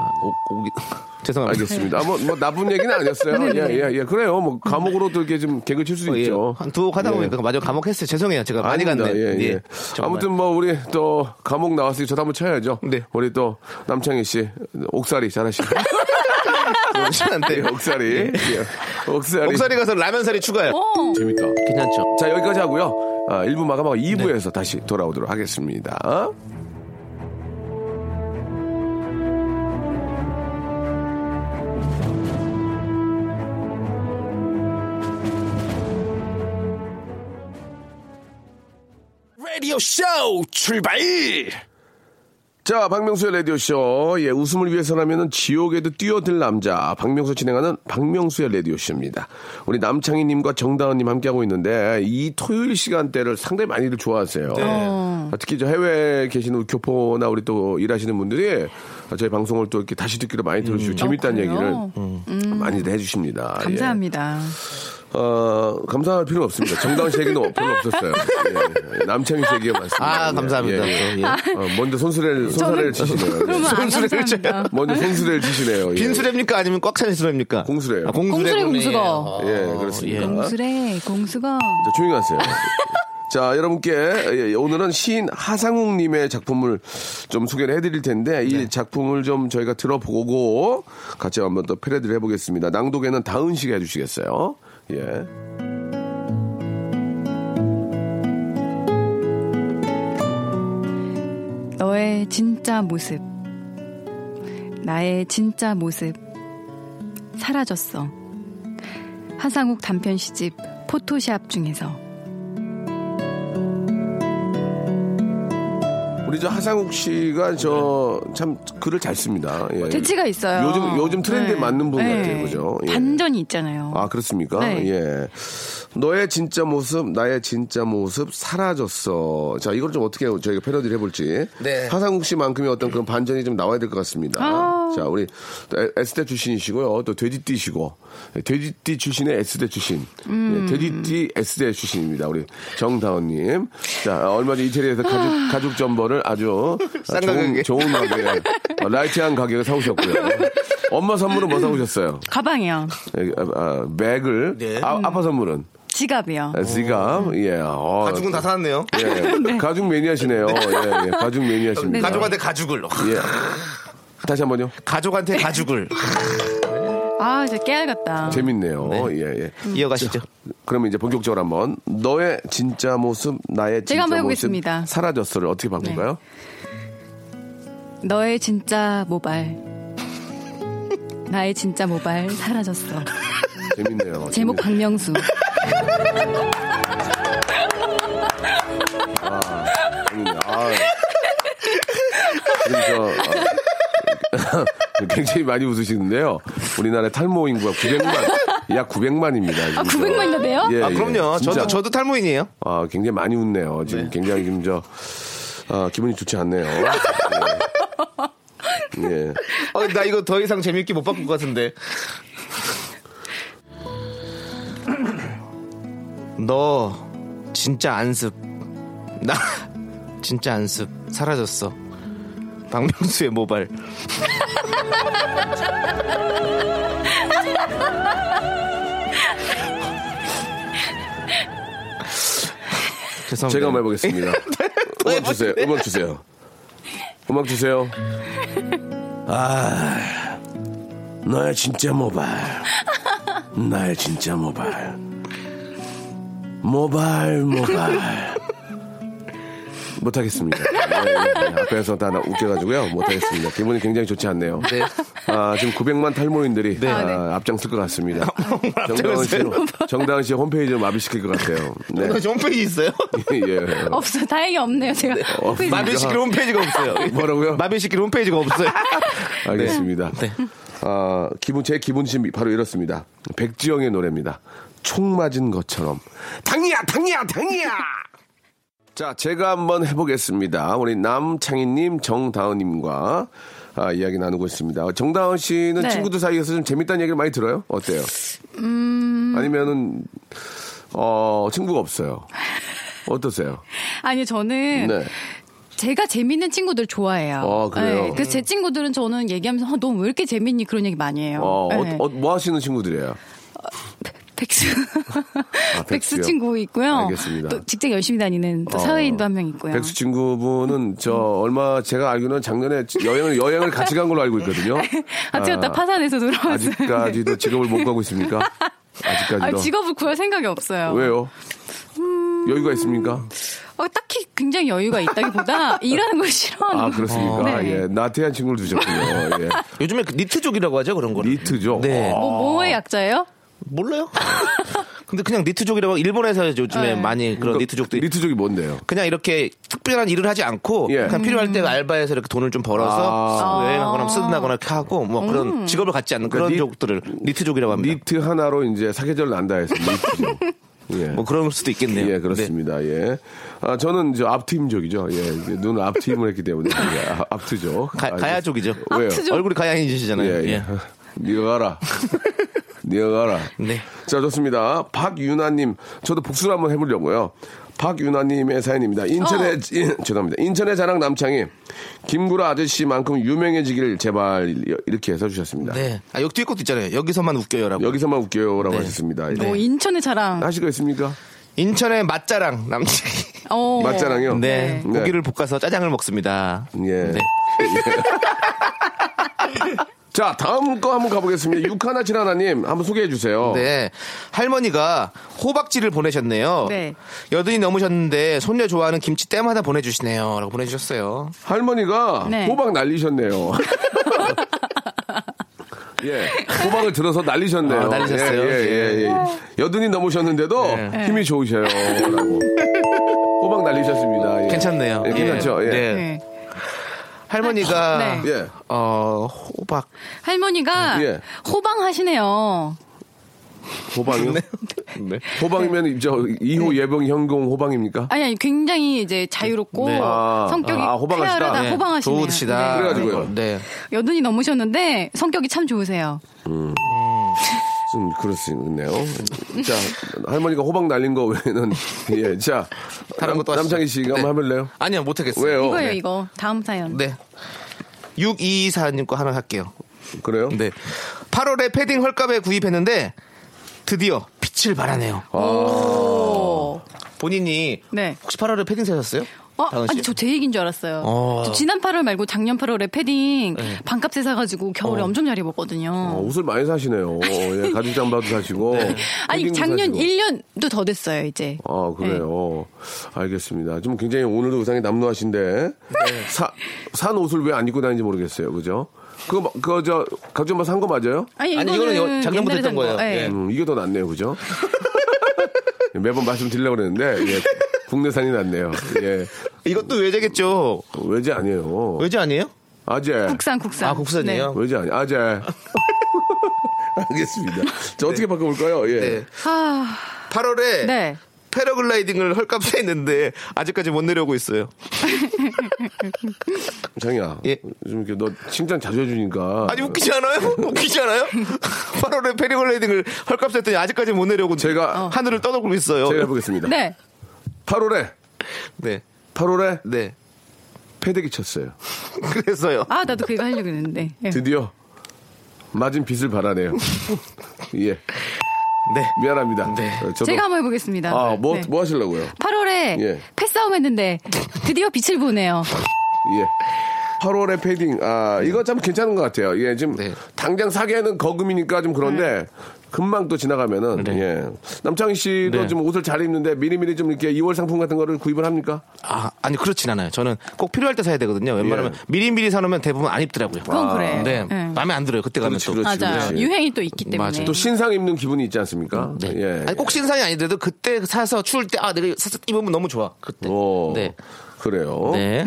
Speaker 6: 아, 오, 오기... 죄송합니다.
Speaker 2: 알겠습니다. 아, 뭐, 뭐 나쁜 얘기는 아니었어요. 예, 예, 예. 그래요. 뭐 감옥으로도 이렇게 좀 개그 칠 수도
Speaker 6: 네, 어, 예.
Speaker 2: 있죠.
Speaker 6: 한 두옥 하다 보니까 마저 감옥 했어요. 죄송해요. 제가 많이
Speaker 2: 아닙니다.
Speaker 6: 갔네.
Speaker 2: 예, 예.
Speaker 6: 정말.
Speaker 2: 아무튼 뭐 우리 또 감옥 나왔으니 저도 한번 쳐야죠.
Speaker 6: 네.
Speaker 2: 우리 또 남창희 씨 옥살이 잘하시고 뭐
Speaker 6: 그러시는데
Speaker 2: 옥살이
Speaker 6: 네.
Speaker 2: 예. 옥살이
Speaker 6: 예, 목살이 가서 라면살이 추가요.
Speaker 3: 어?
Speaker 2: 재밌다.
Speaker 6: 괜찮죠?
Speaker 2: 자 여기까지 하고요. 아, 1부 마감하고 2부에서 다시 돌아오도록 하겠습니다.
Speaker 7: 라디오 쇼 출발
Speaker 2: 자, 박명수의 라디오쇼. 예, 웃음을 위해서라면 지옥에도 뛰어들 남자. 박명수 진행하는 박명수의 라디오쇼입니다. 우리 남창희님과 정다은님 함께하고 있는데, 이 토요일 시간대를 상당히 많이들 좋아하세요.
Speaker 3: 네.
Speaker 2: 아, 특히 저 해외에 계시는 교포나 우리 또 일하시는 분들이 저희 방송을 또 이렇게 다시 듣기로 많이 들어주시고 재밌다는
Speaker 3: 어,
Speaker 2: 얘기를
Speaker 3: 그래요?
Speaker 2: 많이들 해주십니다. 예.
Speaker 3: 감사합니다.
Speaker 2: 어, 감사할 필요는 없습니다. 정다은 씨 얘기는 별로 없었어요. 예, 예. 남창희 씨 얘기가 많습니다.
Speaker 6: 아,
Speaker 2: 예,
Speaker 6: 감사합니다.
Speaker 2: 예, 예.
Speaker 6: 또, 예.
Speaker 2: 어, 먼저 손수레를, 손수레를 치시네요. 예.
Speaker 3: 그러면 안 감사합니다.
Speaker 2: 먼저 손수레를 치시네요. 뭐, 예.
Speaker 6: 빈수레입니까 아니면 꽉 찬 수레입니까? 아,
Speaker 2: 공수레요.
Speaker 3: 공수레,
Speaker 6: 공수레군요.
Speaker 3: 공수거.
Speaker 6: 어,
Speaker 2: 예, 그렇습니다.
Speaker 3: 공수래 공수가
Speaker 2: 자, 조용히 하세요. 자, 여러분께 예, 오늘은 시인 하상욱 님의 작품을 좀 소개를 해드릴 텐데 이 작품을 좀 저희가 들어보고 같이 한번 또 패러디를 해보겠습니다. 낭독에는 다은 씨가 해주시겠어요? 예.
Speaker 3: 너의 진짜 모습 나의 진짜 모습 사라졌어 하상욱 단편 시집 포토샵 중에서
Speaker 2: 우리 저 하상욱 씨가 저 참 글을 잘 씁니다. 예.
Speaker 3: 대치가 있어요. 네.
Speaker 2: 요즘 요즘 트렌드에 맞는 분 같아요, 그죠? 예.
Speaker 3: 반전이 있잖아요.
Speaker 2: 아 그렇습니까?
Speaker 3: 네.
Speaker 2: 예. 너의 진짜 모습, 나의 진짜 모습 사라졌어. 자 이걸 좀 어떻게 저희가 패러디를 해볼지.
Speaker 6: 네.
Speaker 2: 하상욱 씨만큼의 어떤 그런 반전이 좀 나와야 될 것 같습니다.
Speaker 3: 아,
Speaker 2: 자, 우리 또 에- S대 출신이시고요. 또 돼지띠시고. 예, 돼지띠 출신의 S대 출신.
Speaker 3: 음.
Speaker 2: 예, 돼지띠 S대 출신입니다. 우리 정다원님. 자, 얼마 전 이태리에서
Speaker 3: 아.
Speaker 2: 가죽, 가죽 점퍼를 아주
Speaker 6: 싼
Speaker 2: 좋은,
Speaker 6: 가격에.
Speaker 2: 좋은 가격에, 어, 라이트한 가격에 사오셨고요. 엄마 선물은 뭐 사오셨어요?
Speaker 3: 가방이요.
Speaker 2: 예, 아, 아, 맥을.
Speaker 6: 네. 음.
Speaker 2: 아, 아빠 선물은?
Speaker 3: 지갑이요.
Speaker 2: 아, 지갑. 예. 어,
Speaker 6: 아, 가죽은 다 샀네요.
Speaker 2: 예, 가죽 매니아시네요. 예, 예, 가죽
Speaker 3: 네.
Speaker 2: 매니아십니다.
Speaker 6: 가족한테 가죽을.
Speaker 2: 예. 다시 한 번요.
Speaker 6: 가족한테 가죽을.
Speaker 3: 아, 진짜 깨알 같다.
Speaker 2: 재밌네요. 예, 예.
Speaker 6: 이어가시죠.
Speaker 2: 그러면 이제 본격적으로 한번 너의 진짜 모습, 나의 진짜
Speaker 3: 제가 한번
Speaker 2: 모습
Speaker 3: 해보겠습니다.
Speaker 2: 사라졌어를 어떻게 바꿀까요?
Speaker 3: 너의 진짜 모발. 나의 진짜 모발 사라졌어.
Speaker 2: 재밌네요.
Speaker 3: 제목
Speaker 2: 재밌-
Speaker 3: 박명수.
Speaker 2: 재밌네요. 아. 지금 저, 아, 굉장히 많이 웃으시는데요. 우리나라의 탈모 인구가 900만, 약 900만입니다. 예,
Speaker 3: 아, 900만 이나 돼요?
Speaker 6: 아, 그럼요. 저도, 저도 탈모인이에요.
Speaker 2: 아, 굉장히 많이 웃네요. 지금 굉장히 지금 저, 아, 기분이 좋지 않네요. 예. 예.
Speaker 6: 어, 나 이거 더 이상 재밌게 못 바꿀 것 같은데. 너 진짜 안습. 나 진짜 안습 사라졌어. 박명수의 모발. 죄송합니다.
Speaker 2: 제가 한번 네. 해보겠습니다. 음악 주세요. 음악 주세요. 음악 주세요. 아, 나의 진짜 모발. 나의 진짜 모발. 모발, 모발. 못하겠습니다. 예, 예, 예. 앞에서 다 나- 웃겨가지고요. 못하겠습니다. 기분이 굉장히 좋지 않네요. 아, 지금 900만 탈모인들이 아, 앞장설 것 같습니다. 정다은 씨, 정다은 씨 홈페이지 좀 마비시킬 것 같아요. 네.
Speaker 6: 너그 홈페이지 있어요?
Speaker 2: 예.
Speaker 3: 없어. 다행히 없네요. 제가.
Speaker 2: 없-
Speaker 6: 마비시킬 홈페이지가 네. 없어요.
Speaker 2: 어, 그러니까. 뭐라고요?
Speaker 6: 마비시킬 홈페이지가 없어요.
Speaker 2: 알겠습니다.
Speaker 6: 네.
Speaker 2: 아, 기분, 제 기분심이 바로 이렇습니다. 백지영의 노래입니다. 총 맞은 것처럼. 당이야, 당이야, 당이야! 자, 제가 한번 해보겠습니다. 우리 남창희님, 정다은님과 아, 이야기 나누고 있습니다. 정다은 씨는
Speaker 3: 네.
Speaker 2: 친구들 사이에서 좀 재밌다는 얘기를 많이 들어요? 어때요?
Speaker 3: 음.
Speaker 2: 아니면은, 어, 친구가 없어요. 어떠세요?
Speaker 3: 아니, 저는
Speaker 2: 네.
Speaker 3: 제가 재밌는 친구들 좋아해요. 네,
Speaker 2: 아, 그래요?
Speaker 3: 그래서 제 친구들은 저는 얘기하면서 어, 너왜 이렇게 재밌니? 그런 얘기 많이 해요.
Speaker 2: 어,
Speaker 3: 네.
Speaker 2: 어, 어, 뭐 하시는 친구들이에요?
Speaker 3: 백수. 백수
Speaker 2: 아, 백수요?
Speaker 3: 친구 있고요.
Speaker 2: 알겠습니다. 어,
Speaker 3: 또 직장 열심히 다니는 또 사회인도 한 명 있고요.
Speaker 2: 백수 친구분은 저 얼마 제가 알기로는 작년에 여행을 여행을 같이 간 걸로 알고 있거든요.
Speaker 3: 아, 제가 다 파산해서 돌아왔어요.
Speaker 2: 아직까지도 직업을 못 구하고 있습니까? 아직까지도.
Speaker 3: 아, 직업을 구할 생각이 없어요.
Speaker 2: 왜요?
Speaker 3: 음.
Speaker 2: 여유가 있습니까?
Speaker 3: 어, 딱히 굉장히 여유가 있다기보다 일하는 걸
Speaker 2: 아
Speaker 3: 싫어하는 거.
Speaker 2: 그렇습니까?
Speaker 3: 네.
Speaker 2: 예, 나태한 친구를 두셨군요. 예.
Speaker 6: 요즘에 그 니트족이라고 하죠 그런 거를.
Speaker 2: 니트죠.
Speaker 6: 네.
Speaker 2: 어,
Speaker 3: 뭐, 뭐의 약자예요?
Speaker 6: 몰라요. 근데 그냥 니트족이라고 일본에서
Speaker 3: 네.
Speaker 6: 요즘에 많이 그런 그러니까 니트족들이
Speaker 2: 그러니까 니트족이 뭔데요?
Speaker 6: 그냥 이렇게 특별한 일을 하지 않고
Speaker 2: 예.
Speaker 6: 그냥 필요할
Speaker 3: 음.
Speaker 6: 때 알바해서 이렇게 돈을 좀 벌어서
Speaker 3: 아.
Speaker 6: 여행하거나 쓴다거나 이렇게 하고 뭐 그런
Speaker 3: 음.
Speaker 6: 직업을 갖지 않는 아. 그런
Speaker 2: 그러니까 니-
Speaker 6: 족들을 니트족이라고 합니다.
Speaker 2: 니트 하나로 이제 사계절 난다 해서 니트족. 예.
Speaker 6: 뭐 그런 수도 있겠네요.
Speaker 2: 예, 그렇습니다. 예. 아, 저는 저 앞트임족이죠. 예. 이제 눈 앞트임을 했기 때문에. 예, 아, 앞트족.
Speaker 6: 네. 가, 야족이죠
Speaker 2: 왜요?
Speaker 3: 앞트족.
Speaker 6: 얼굴이 가야인이시잖아요.
Speaker 2: 예, 예. 니가 가라. 니가 가라.
Speaker 6: 네.
Speaker 2: 자, 좋습니다. 박윤아님, 저도 복수를 한번 해보려고요. 박윤아님의 사연입니다.
Speaker 6: 어.
Speaker 2: 인천의, 지- 죄송합니다. 인천의 자랑 남창이 김구라 아저씨만큼 유명해지길 제발 이렇게 해서 주셨습니다.
Speaker 6: 네. 아, 여기 뒤에 것도 있잖아요. 여기서만 웃겨요라고.
Speaker 2: 여기서만 웃겨요라고
Speaker 6: 네.
Speaker 2: 하셨습니다. 예.
Speaker 3: 뭐 인천의 자랑.
Speaker 2: 하실 거 있습니까?
Speaker 6: 인천의 맛자랑 남친.
Speaker 3: 어.
Speaker 2: 맞잖아요.
Speaker 6: 네.
Speaker 3: 네.
Speaker 6: 고기를 볶아서 짜장을 먹습니다.
Speaker 2: 예.
Speaker 6: 네.
Speaker 2: 자, 다음 거 한번 가보겠습니다. 육하나 칠하나님, 한번 소개해 주세요.
Speaker 6: 네. 할머니가 호박지를 보내셨네요.
Speaker 3: 네.
Speaker 6: 여든이 넘으셨는데 손녀 좋아하는 김치 때마다 보내주시네요. 라고 보내주셨어요.
Speaker 2: 할머니가
Speaker 3: 네.
Speaker 2: 호박 날리셨네요. 예, 호박을 들어서 날리셨네요.
Speaker 6: 아, 날리셨어요?
Speaker 2: 예, 예, 예, 예.
Speaker 3: 네.
Speaker 2: 여든이 넘으셨는데도
Speaker 6: 네.
Speaker 2: 힘이 좋으셔요. 라고. 호박 날리셨습니다. 예.
Speaker 6: 괜찮네요.
Speaker 2: 예, 괜찮죠. 예.
Speaker 6: 네.
Speaker 3: 네.
Speaker 6: 할머니가
Speaker 3: 네.
Speaker 2: 예.
Speaker 6: 어 호박
Speaker 3: 할머니가
Speaker 2: 예.
Speaker 3: 호방 하시네요.
Speaker 2: 호방이요?
Speaker 6: 네.
Speaker 3: 네.
Speaker 2: 호방이면 이제 2호 예방 현공 호방입니까?
Speaker 3: 아니 아니 굉장히 이제 자유롭고
Speaker 6: 네.
Speaker 2: 아,
Speaker 3: 성격이
Speaker 2: 아, 호방하시다.
Speaker 3: 쾌활하다
Speaker 2: 네.
Speaker 3: 호방하시네요.
Speaker 6: 좋으시다.
Speaker 3: 네.
Speaker 2: 그래가지고요.
Speaker 6: 네.
Speaker 3: 여든이 넘으셨는데 성격이 참 좋으세요.
Speaker 2: 좀 그럴 수 있네요. 자, 할머니가 호박 날린 거 외에는 예, 자
Speaker 6: 다른 것도 하시죠.
Speaker 2: 남창희 씨가
Speaker 6: 네.
Speaker 2: 한번 해볼래요?
Speaker 6: 아니요, 못하겠어요.
Speaker 2: 왜요?
Speaker 3: 네, 이거예요 이거 다음 사연.
Speaker 6: 네. 6224님 거 하나 할게요.
Speaker 2: 그래요?
Speaker 6: 네. 8월에 패딩 헐값에 구입했는데 드디어 빛을 발하네요.
Speaker 3: 오.
Speaker 6: 본인이
Speaker 3: 네.
Speaker 6: 혹시 8월에 패딩 사셨어요?
Speaker 3: 어,
Speaker 6: 다은 씨?
Speaker 3: 아니 저 제 얘기인 줄 알았어요.
Speaker 6: 어.
Speaker 3: 저 지난 8월 말고 작년 8월에 패딩 반값에 사가지고 겨울에 엄청 잘 입었거든요.
Speaker 2: 어, 옷을 많이 사시네요. 예, 가죽 장바도 사시고.
Speaker 6: 네.
Speaker 3: 아니
Speaker 2: 패딩도
Speaker 3: 작년
Speaker 2: 사시고.
Speaker 3: 1년도 더 됐어요 이제. 네.
Speaker 2: 아 그래요. 알겠습니다. 좀 굉장히 오늘도 의상이 남루하신데 사, 산 옷을 왜 안 입고 다니는지 모르겠어요. 그죠? 그거 마- 그거 저 각종마 뭐 산거 맞아요?
Speaker 3: 아니
Speaker 6: 아니,
Speaker 3: 이거는,
Speaker 6: 이거는 여-
Speaker 3: 옛날에
Speaker 6: 작년부터 했던
Speaker 3: 산
Speaker 6: 거예요.
Speaker 3: 거. 예.
Speaker 6: 예.
Speaker 2: 음, 이게 더 낫네요, 그죠? 매번 말씀드리려고 그랬는데 예, 국내산이 낫네요. 예,
Speaker 6: 이것도 외제겠죠.
Speaker 2: 외제 아니에요.
Speaker 6: 외제 아니에요?
Speaker 2: 아재.
Speaker 3: 국산 국산.
Speaker 6: 아, 국산이에요?
Speaker 3: 네.
Speaker 2: 외제 아니 아재. 알겠습니다. 자 어떻게 바꿔볼까요? 예.
Speaker 6: 네.
Speaker 3: 아,
Speaker 6: 8월에
Speaker 3: 네.
Speaker 6: 패러글라이딩을 헐값에 했는데 아직까지 못 내려오고 있어요.
Speaker 2: 장이야.
Speaker 6: 예.
Speaker 2: 좀 이렇게 너 칭찬 자주 해주니까.
Speaker 6: 아니 웃기지 않아요? 웃기지 않아요? 8월에 패러글라이딩을 헐값에 했더니 아직까지 못 내려오고
Speaker 3: 어.
Speaker 2: 제가-
Speaker 6: 하늘을 떠돌고 있어요.
Speaker 2: 제가 해보겠습니다.
Speaker 3: 네.
Speaker 2: 8월에
Speaker 6: 네.
Speaker 2: 8월에
Speaker 6: 네.
Speaker 2: 패대기 쳤어요.
Speaker 6: 그래서요.
Speaker 3: 아 나도 그거 하려고 했는데. 예.
Speaker 2: 드디어 맞은 빛을 바라네요. 예.
Speaker 6: 네.
Speaker 2: 미안합니다.
Speaker 6: 네.
Speaker 2: 어, 저도-
Speaker 3: 제가 한번 해보겠습니다.
Speaker 2: 아, 뭐,
Speaker 3: 네.
Speaker 2: 뭐 하시려고요?
Speaker 3: 8월에
Speaker 2: 예.
Speaker 3: 패싸움 했는데 드디어 빛을 보네요.
Speaker 2: 예. 8월에 패딩, 아, 이거 참 괜찮은 것 같아요. 예, 지금
Speaker 6: 네.
Speaker 2: 당장 사기에는 거금이니까 좀 그런데
Speaker 3: 네.
Speaker 2: 금방 또 지나가면은,
Speaker 6: 네.
Speaker 2: 예. 남창희 씨도
Speaker 6: 네.
Speaker 2: 좀 옷을 잘 입는데 미리미리 좀 이렇게 2월 상품 같은 거를 구입을 합니까?
Speaker 6: 아, 아니 그렇진 않아요. 저는 꼭 필요할 때 사야 되거든요. 웬만하면
Speaker 2: 예.
Speaker 6: 미리미리 사놓으면 대부분 안 입더라고요.
Speaker 3: 그건 그래요.
Speaker 6: 네.
Speaker 3: 예.
Speaker 6: 마음에 안 들어요. 그때 가면
Speaker 2: 그렇지,
Speaker 6: 또.
Speaker 2: 그렇지.
Speaker 3: 맞아요.
Speaker 2: 그렇지.
Speaker 3: 유행이 또 있기 때문에.
Speaker 6: 맞아요.
Speaker 2: 또 신상 입는 기분이 있지 않습니까?
Speaker 6: 네.
Speaker 2: 예.
Speaker 6: 아니 꼭 신상이 아니더라도 그때 사서 추울 때 아 내가 이거 사서 입으면 너무 좋아. 그때.
Speaker 2: 오, 어?
Speaker 6: 네.
Speaker 2: 그래요.
Speaker 6: 네.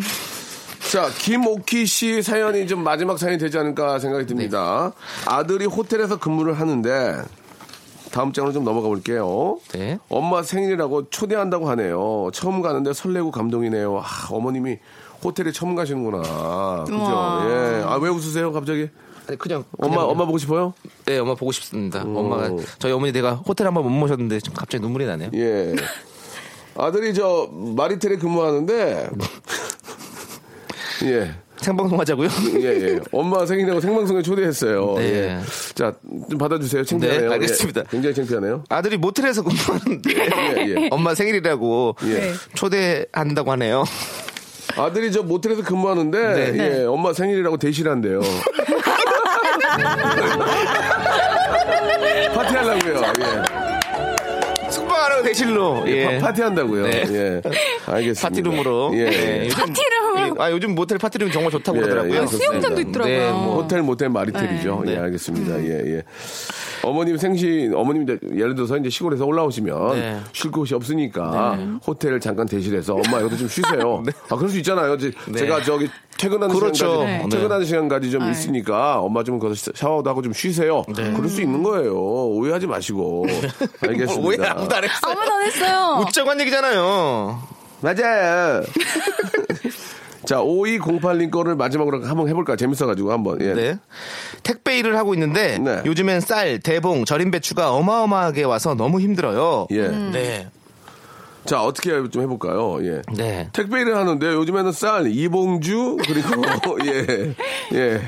Speaker 2: 자, 김옥희 씨 사연이 좀 마지막 사연이 되지 않을까 생각이 듭니다.
Speaker 6: 네.
Speaker 2: 아들이 호텔에서 근무를 하는데 다음 장으로 좀 넘어가 볼게요.
Speaker 6: 네.
Speaker 2: 엄마 생일이라고 초대한다고 하네요. 처음 가는데 설레고 감동이네요. 아, 어머님이 호텔에 처음 가시는구나. 그죠?
Speaker 3: 우와.
Speaker 2: 예. 아, 왜 웃으세요, 갑자기?
Speaker 6: 아니 그냥
Speaker 2: 엄마,
Speaker 6: 그냥-
Speaker 2: 엄마 보고 싶어요?
Speaker 6: 네, 엄마 보고 싶습니다. 엄마가 저희 어머니 내가 호텔 한번 못 모셨는데 지금 갑자기 눈물이 나네요.
Speaker 2: 예. 아들이 저 마리텔에 근무하는데
Speaker 6: 네.
Speaker 2: 예.
Speaker 6: 생방송 하자고요.
Speaker 2: 예, 예. 엄마 생일이라고 생방송에 초대했어요.
Speaker 6: 네.
Speaker 2: 예. 자, 좀 받아주세요. 창피하네요.
Speaker 6: 네, 알겠습니다.
Speaker 2: 예. 굉장히 창피하네요.
Speaker 6: 아들이 모텔에서 근무하는데
Speaker 2: 예, 예.
Speaker 6: 엄마 생일이라고
Speaker 2: 예.
Speaker 6: 초대한다고 하네요.
Speaker 2: 아들이 저 모텔에서 근무하는데,
Speaker 6: 네.
Speaker 2: 예, 엄마 생일이라고 대실한대요. 네. 파티하려고요. 예.
Speaker 6: 숙박하라고 대실로. 예.
Speaker 2: 파, 파티한다고요.
Speaker 6: 네.
Speaker 2: 예. 알겠습니다.
Speaker 6: 파티룸으로.
Speaker 2: 예.
Speaker 6: 예. 요즘-
Speaker 3: 파티룸.
Speaker 6: 예, 아 요즘 모텔 파티룸 정말 좋다고
Speaker 2: 예,
Speaker 6: 그러더라고요.
Speaker 2: 예,
Speaker 3: 수영장도
Speaker 2: 좋습니다.
Speaker 3: 있더라고요.
Speaker 6: 네, 뭐
Speaker 2: 호텔 모텔 마리텔이죠.
Speaker 6: 네.
Speaker 2: 예, 알겠습니다. 예, 예. 어머님 생신, 어머님 이제 예를 들어서 이제 시골에서 올라오시면
Speaker 6: 네.
Speaker 2: 쉴 곳이 없으니까 호텔을 잠깐 대실해서 엄마 여기서 좀 쉬세요. 아, 그럴 수 있잖아요. 제,
Speaker 6: 네.
Speaker 2: 가 저기 퇴근하는
Speaker 6: 그렇죠.
Speaker 2: 시간까지,
Speaker 6: 네. 네.
Speaker 2: 퇴근하는 시간까지 좀
Speaker 3: 네.
Speaker 2: 있으니까 엄마 좀 거기서 샤워도 하고 좀 쉬세요. 그럴 수 있는 거예요. 오해하지 마시고. 알겠습니다.
Speaker 6: 뭘 오해 아무도 뭐, 안 했어요.
Speaker 3: 아무도 안 했어요.
Speaker 6: 웃자고 한 얘기잖아요.
Speaker 2: 맞아요. 자, 5208님 거를 마지막으로 한번 해볼까? 재밌어가지고 한번. 예.
Speaker 6: 네. 택배 일을 하고 있는데
Speaker 2: 네.
Speaker 6: 요즘엔 쌀, 대봉, 절임 배추가 어마어마하게 와서 너무 힘들어요.
Speaker 2: 예.
Speaker 3: 음.
Speaker 6: 네.
Speaker 2: 자 어떻게 좀 해볼까요? 예.
Speaker 6: 네.
Speaker 2: 택배 일을 하는데 요즘에는 쌀 이봉주 그리고 예 예.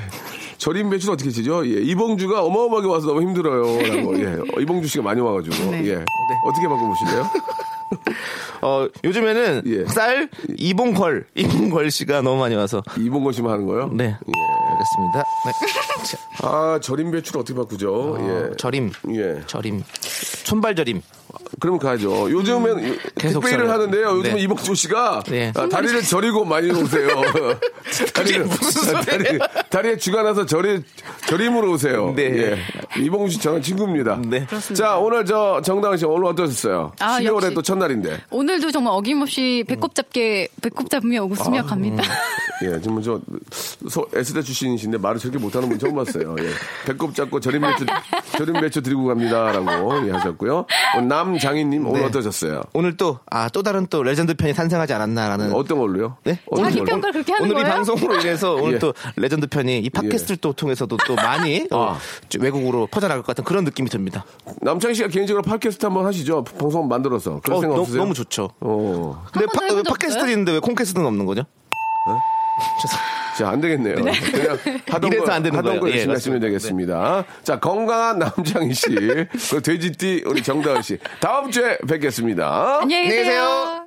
Speaker 2: 절임 배추는 어떻게 치죠? 예. 이봉주가 어마어마하게 와서 너무 힘들어요라고. 예. 어, 이봉주 씨가 많이 와가지고.
Speaker 3: 네.
Speaker 2: 예. 어떻게 바꿔보실래요?
Speaker 6: 어, 요즘에는
Speaker 2: 예.
Speaker 6: 쌀, 이봉걸, 이봉걸 씨가 너무 많이 와서
Speaker 2: 이봉건 씨만 하는 거요? 예.
Speaker 6: 네. 알겠습니다. 네. 자,
Speaker 2: 아 절임 배추를 어떻게 바꾸죠? 예.
Speaker 6: 아, 절임.
Speaker 2: 예.
Speaker 6: 절임. 손발절임.
Speaker 2: 그러면 가죠. 요즘엔
Speaker 6: 계속
Speaker 2: 택배 일을
Speaker 6: 써요.
Speaker 2: 하는데요. 요즘은
Speaker 6: 네.
Speaker 2: 이봉주 씨가
Speaker 6: 네.
Speaker 2: 아, 다리를 저리고 많이 오세요. 다리를 아,
Speaker 6: 무슨 소리야?
Speaker 2: 다리, 다리에 쥐가 나서 저리 저림으로 오세요.
Speaker 6: 네.
Speaker 2: 예. 이봉주 씨 저는 친구입니다.
Speaker 6: 네.
Speaker 2: 자 오늘 저 정다은 씨 오늘 어떠셨어요?
Speaker 3: 아,
Speaker 2: 12월에
Speaker 3: 역시.
Speaker 2: 또 첫날인데
Speaker 3: 오늘도 정말 어김없이 배꼽 잡게 배꼽 잡으며 웃으며 갑니다.
Speaker 2: 예, 지금 저 소, S대 출신이신데 말을 저렇게 못하는 분 처음 봤어요. 예. 배꼽 잡고 저렴 배추, 저렴 배추 드리고 갑니다라고 예, 하셨고요. 오늘 남장인님 오늘
Speaker 6: 네.
Speaker 2: 어떠셨어요?
Speaker 6: 오늘 또, 아, 또 다른 또 레전드 편이 탄생하지 않았나라는.
Speaker 2: 어떤 걸로요?
Speaker 6: 네?
Speaker 2: 어떤
Speaker 3: 자기
Speaker 2: 걸로?
Speaker 3: 평가를 그렇게 하는
Speaker 6: 오늘 이
Speaker 3: 거예요?
Speaker 6: 방송으로 인해서 오늘
Speaker 2: 예.
Speaker 6: 또 레전드 편이 이 팟캐스트를 또 통해서도 또 많이 어,
Speaker 2: 아.
Speaker 6: 좀 외국으로 퍼져나갈 것 같은 그런 느낌이 듭니다.
Speaker 2: 남창희 씨가 개인적으로 팟캐스트 한번 하시죠. 방송 만들어서. 그런
Speaker 6: 어,
Speaker 2: 생각
Speaker 6: 너,
Speaker 2: 없으세요?
Speaker 6: 너무 좋죠.
Speaker 2: 어.
Speaker 6: 근데
Speaker 3: 번도 해본 적
Speaker 6: 팟캐스트는
Speaker 3: 없어요?
Speaker 6: 있는데 왜 콘캐스트는 없는 거죠? 어? 죄송합니다.
Speaker 2: 자, 안 되겠네요. 그냥 하던
Speaker 6: 이래서
Speaker 2: 거,
Speaker 6: 안 되는
Speaker 2: 하던
Speaker 6: 거예요.
Speaker 2: 거
Speaker 6: 예,
Speaker 2: 열심히 하시면
Speaker 6: 맞습니다.
Speaker 2: 되겠습니다. 자, 건강한 남창희 씨, 그 돼지띠 우리 정다은 씨. 다음 주에 뵙겠습니다.
Speaker 3: 안녕히 계세요.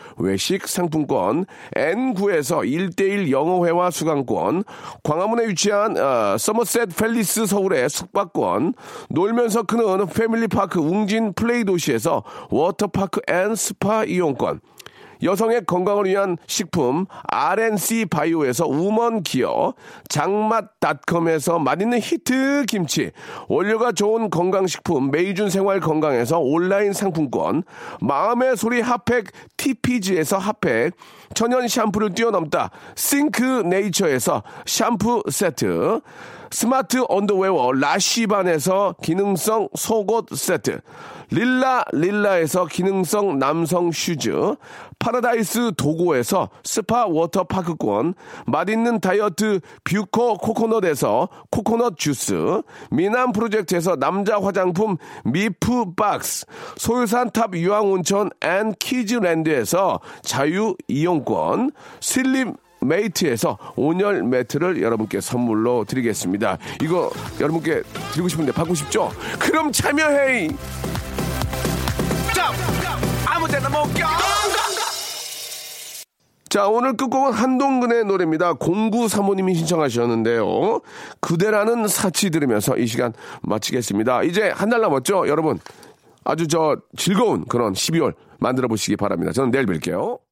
Speaker 2: 외식 상품권, N9에서 1대1 영어회화 수강권, 광화문에 위치한 어, 서머셋 팰리스 서울의 숙박권, 놀면서 크는 패밀리파크 웅진 플레이 도시에서 워터파크 앤 스파 이용권, 여성의 건강을 위한 식품 RNC 바이오에서 우먼 기어 장맛닷컴에서 맛있는 히트 김치 원료가 좋은 건강식품 메이준 생활 건강에서 온라인 상품권 마음의 소리 핫팩 TPG에서 핫팩 천연 샴푸를 뛰어넘다 싱크 네이처에서 샴푸 세트 스마트 언더웨어 라쉬반에서 기능성 속옷 세트, 릴라 릴라에서 기능성 남성 슈즈, 파라다이스 도고에서 스파 워터파크권, 맛있는 다이어트 뷰코 코코넛에서 코코넛 주스, 미남 프로젝트에서 남자 화장품 미프 박스, 소유산탑 유황온천 앤 키즈랜드에서 자유 이용권, 슬림 메이트에서 온열 매트를 여러분께 선물로 드리겠습니다. 이거 여러분께 드리고 싶은데 받고 싶죠? 그럼 참여해! 자, 오늘 끝곡은 한동근의 노래입니다. 공구 사모님이 신청하셨는데요. 그대라는 사치 들으면서 이 시간 마치겠습니다. 이제 한 달 남았죠? 여러분, 아주 저 즐거운 그런 12월 만들어 보시기 바랍니다. 저는 내일 뵐게요.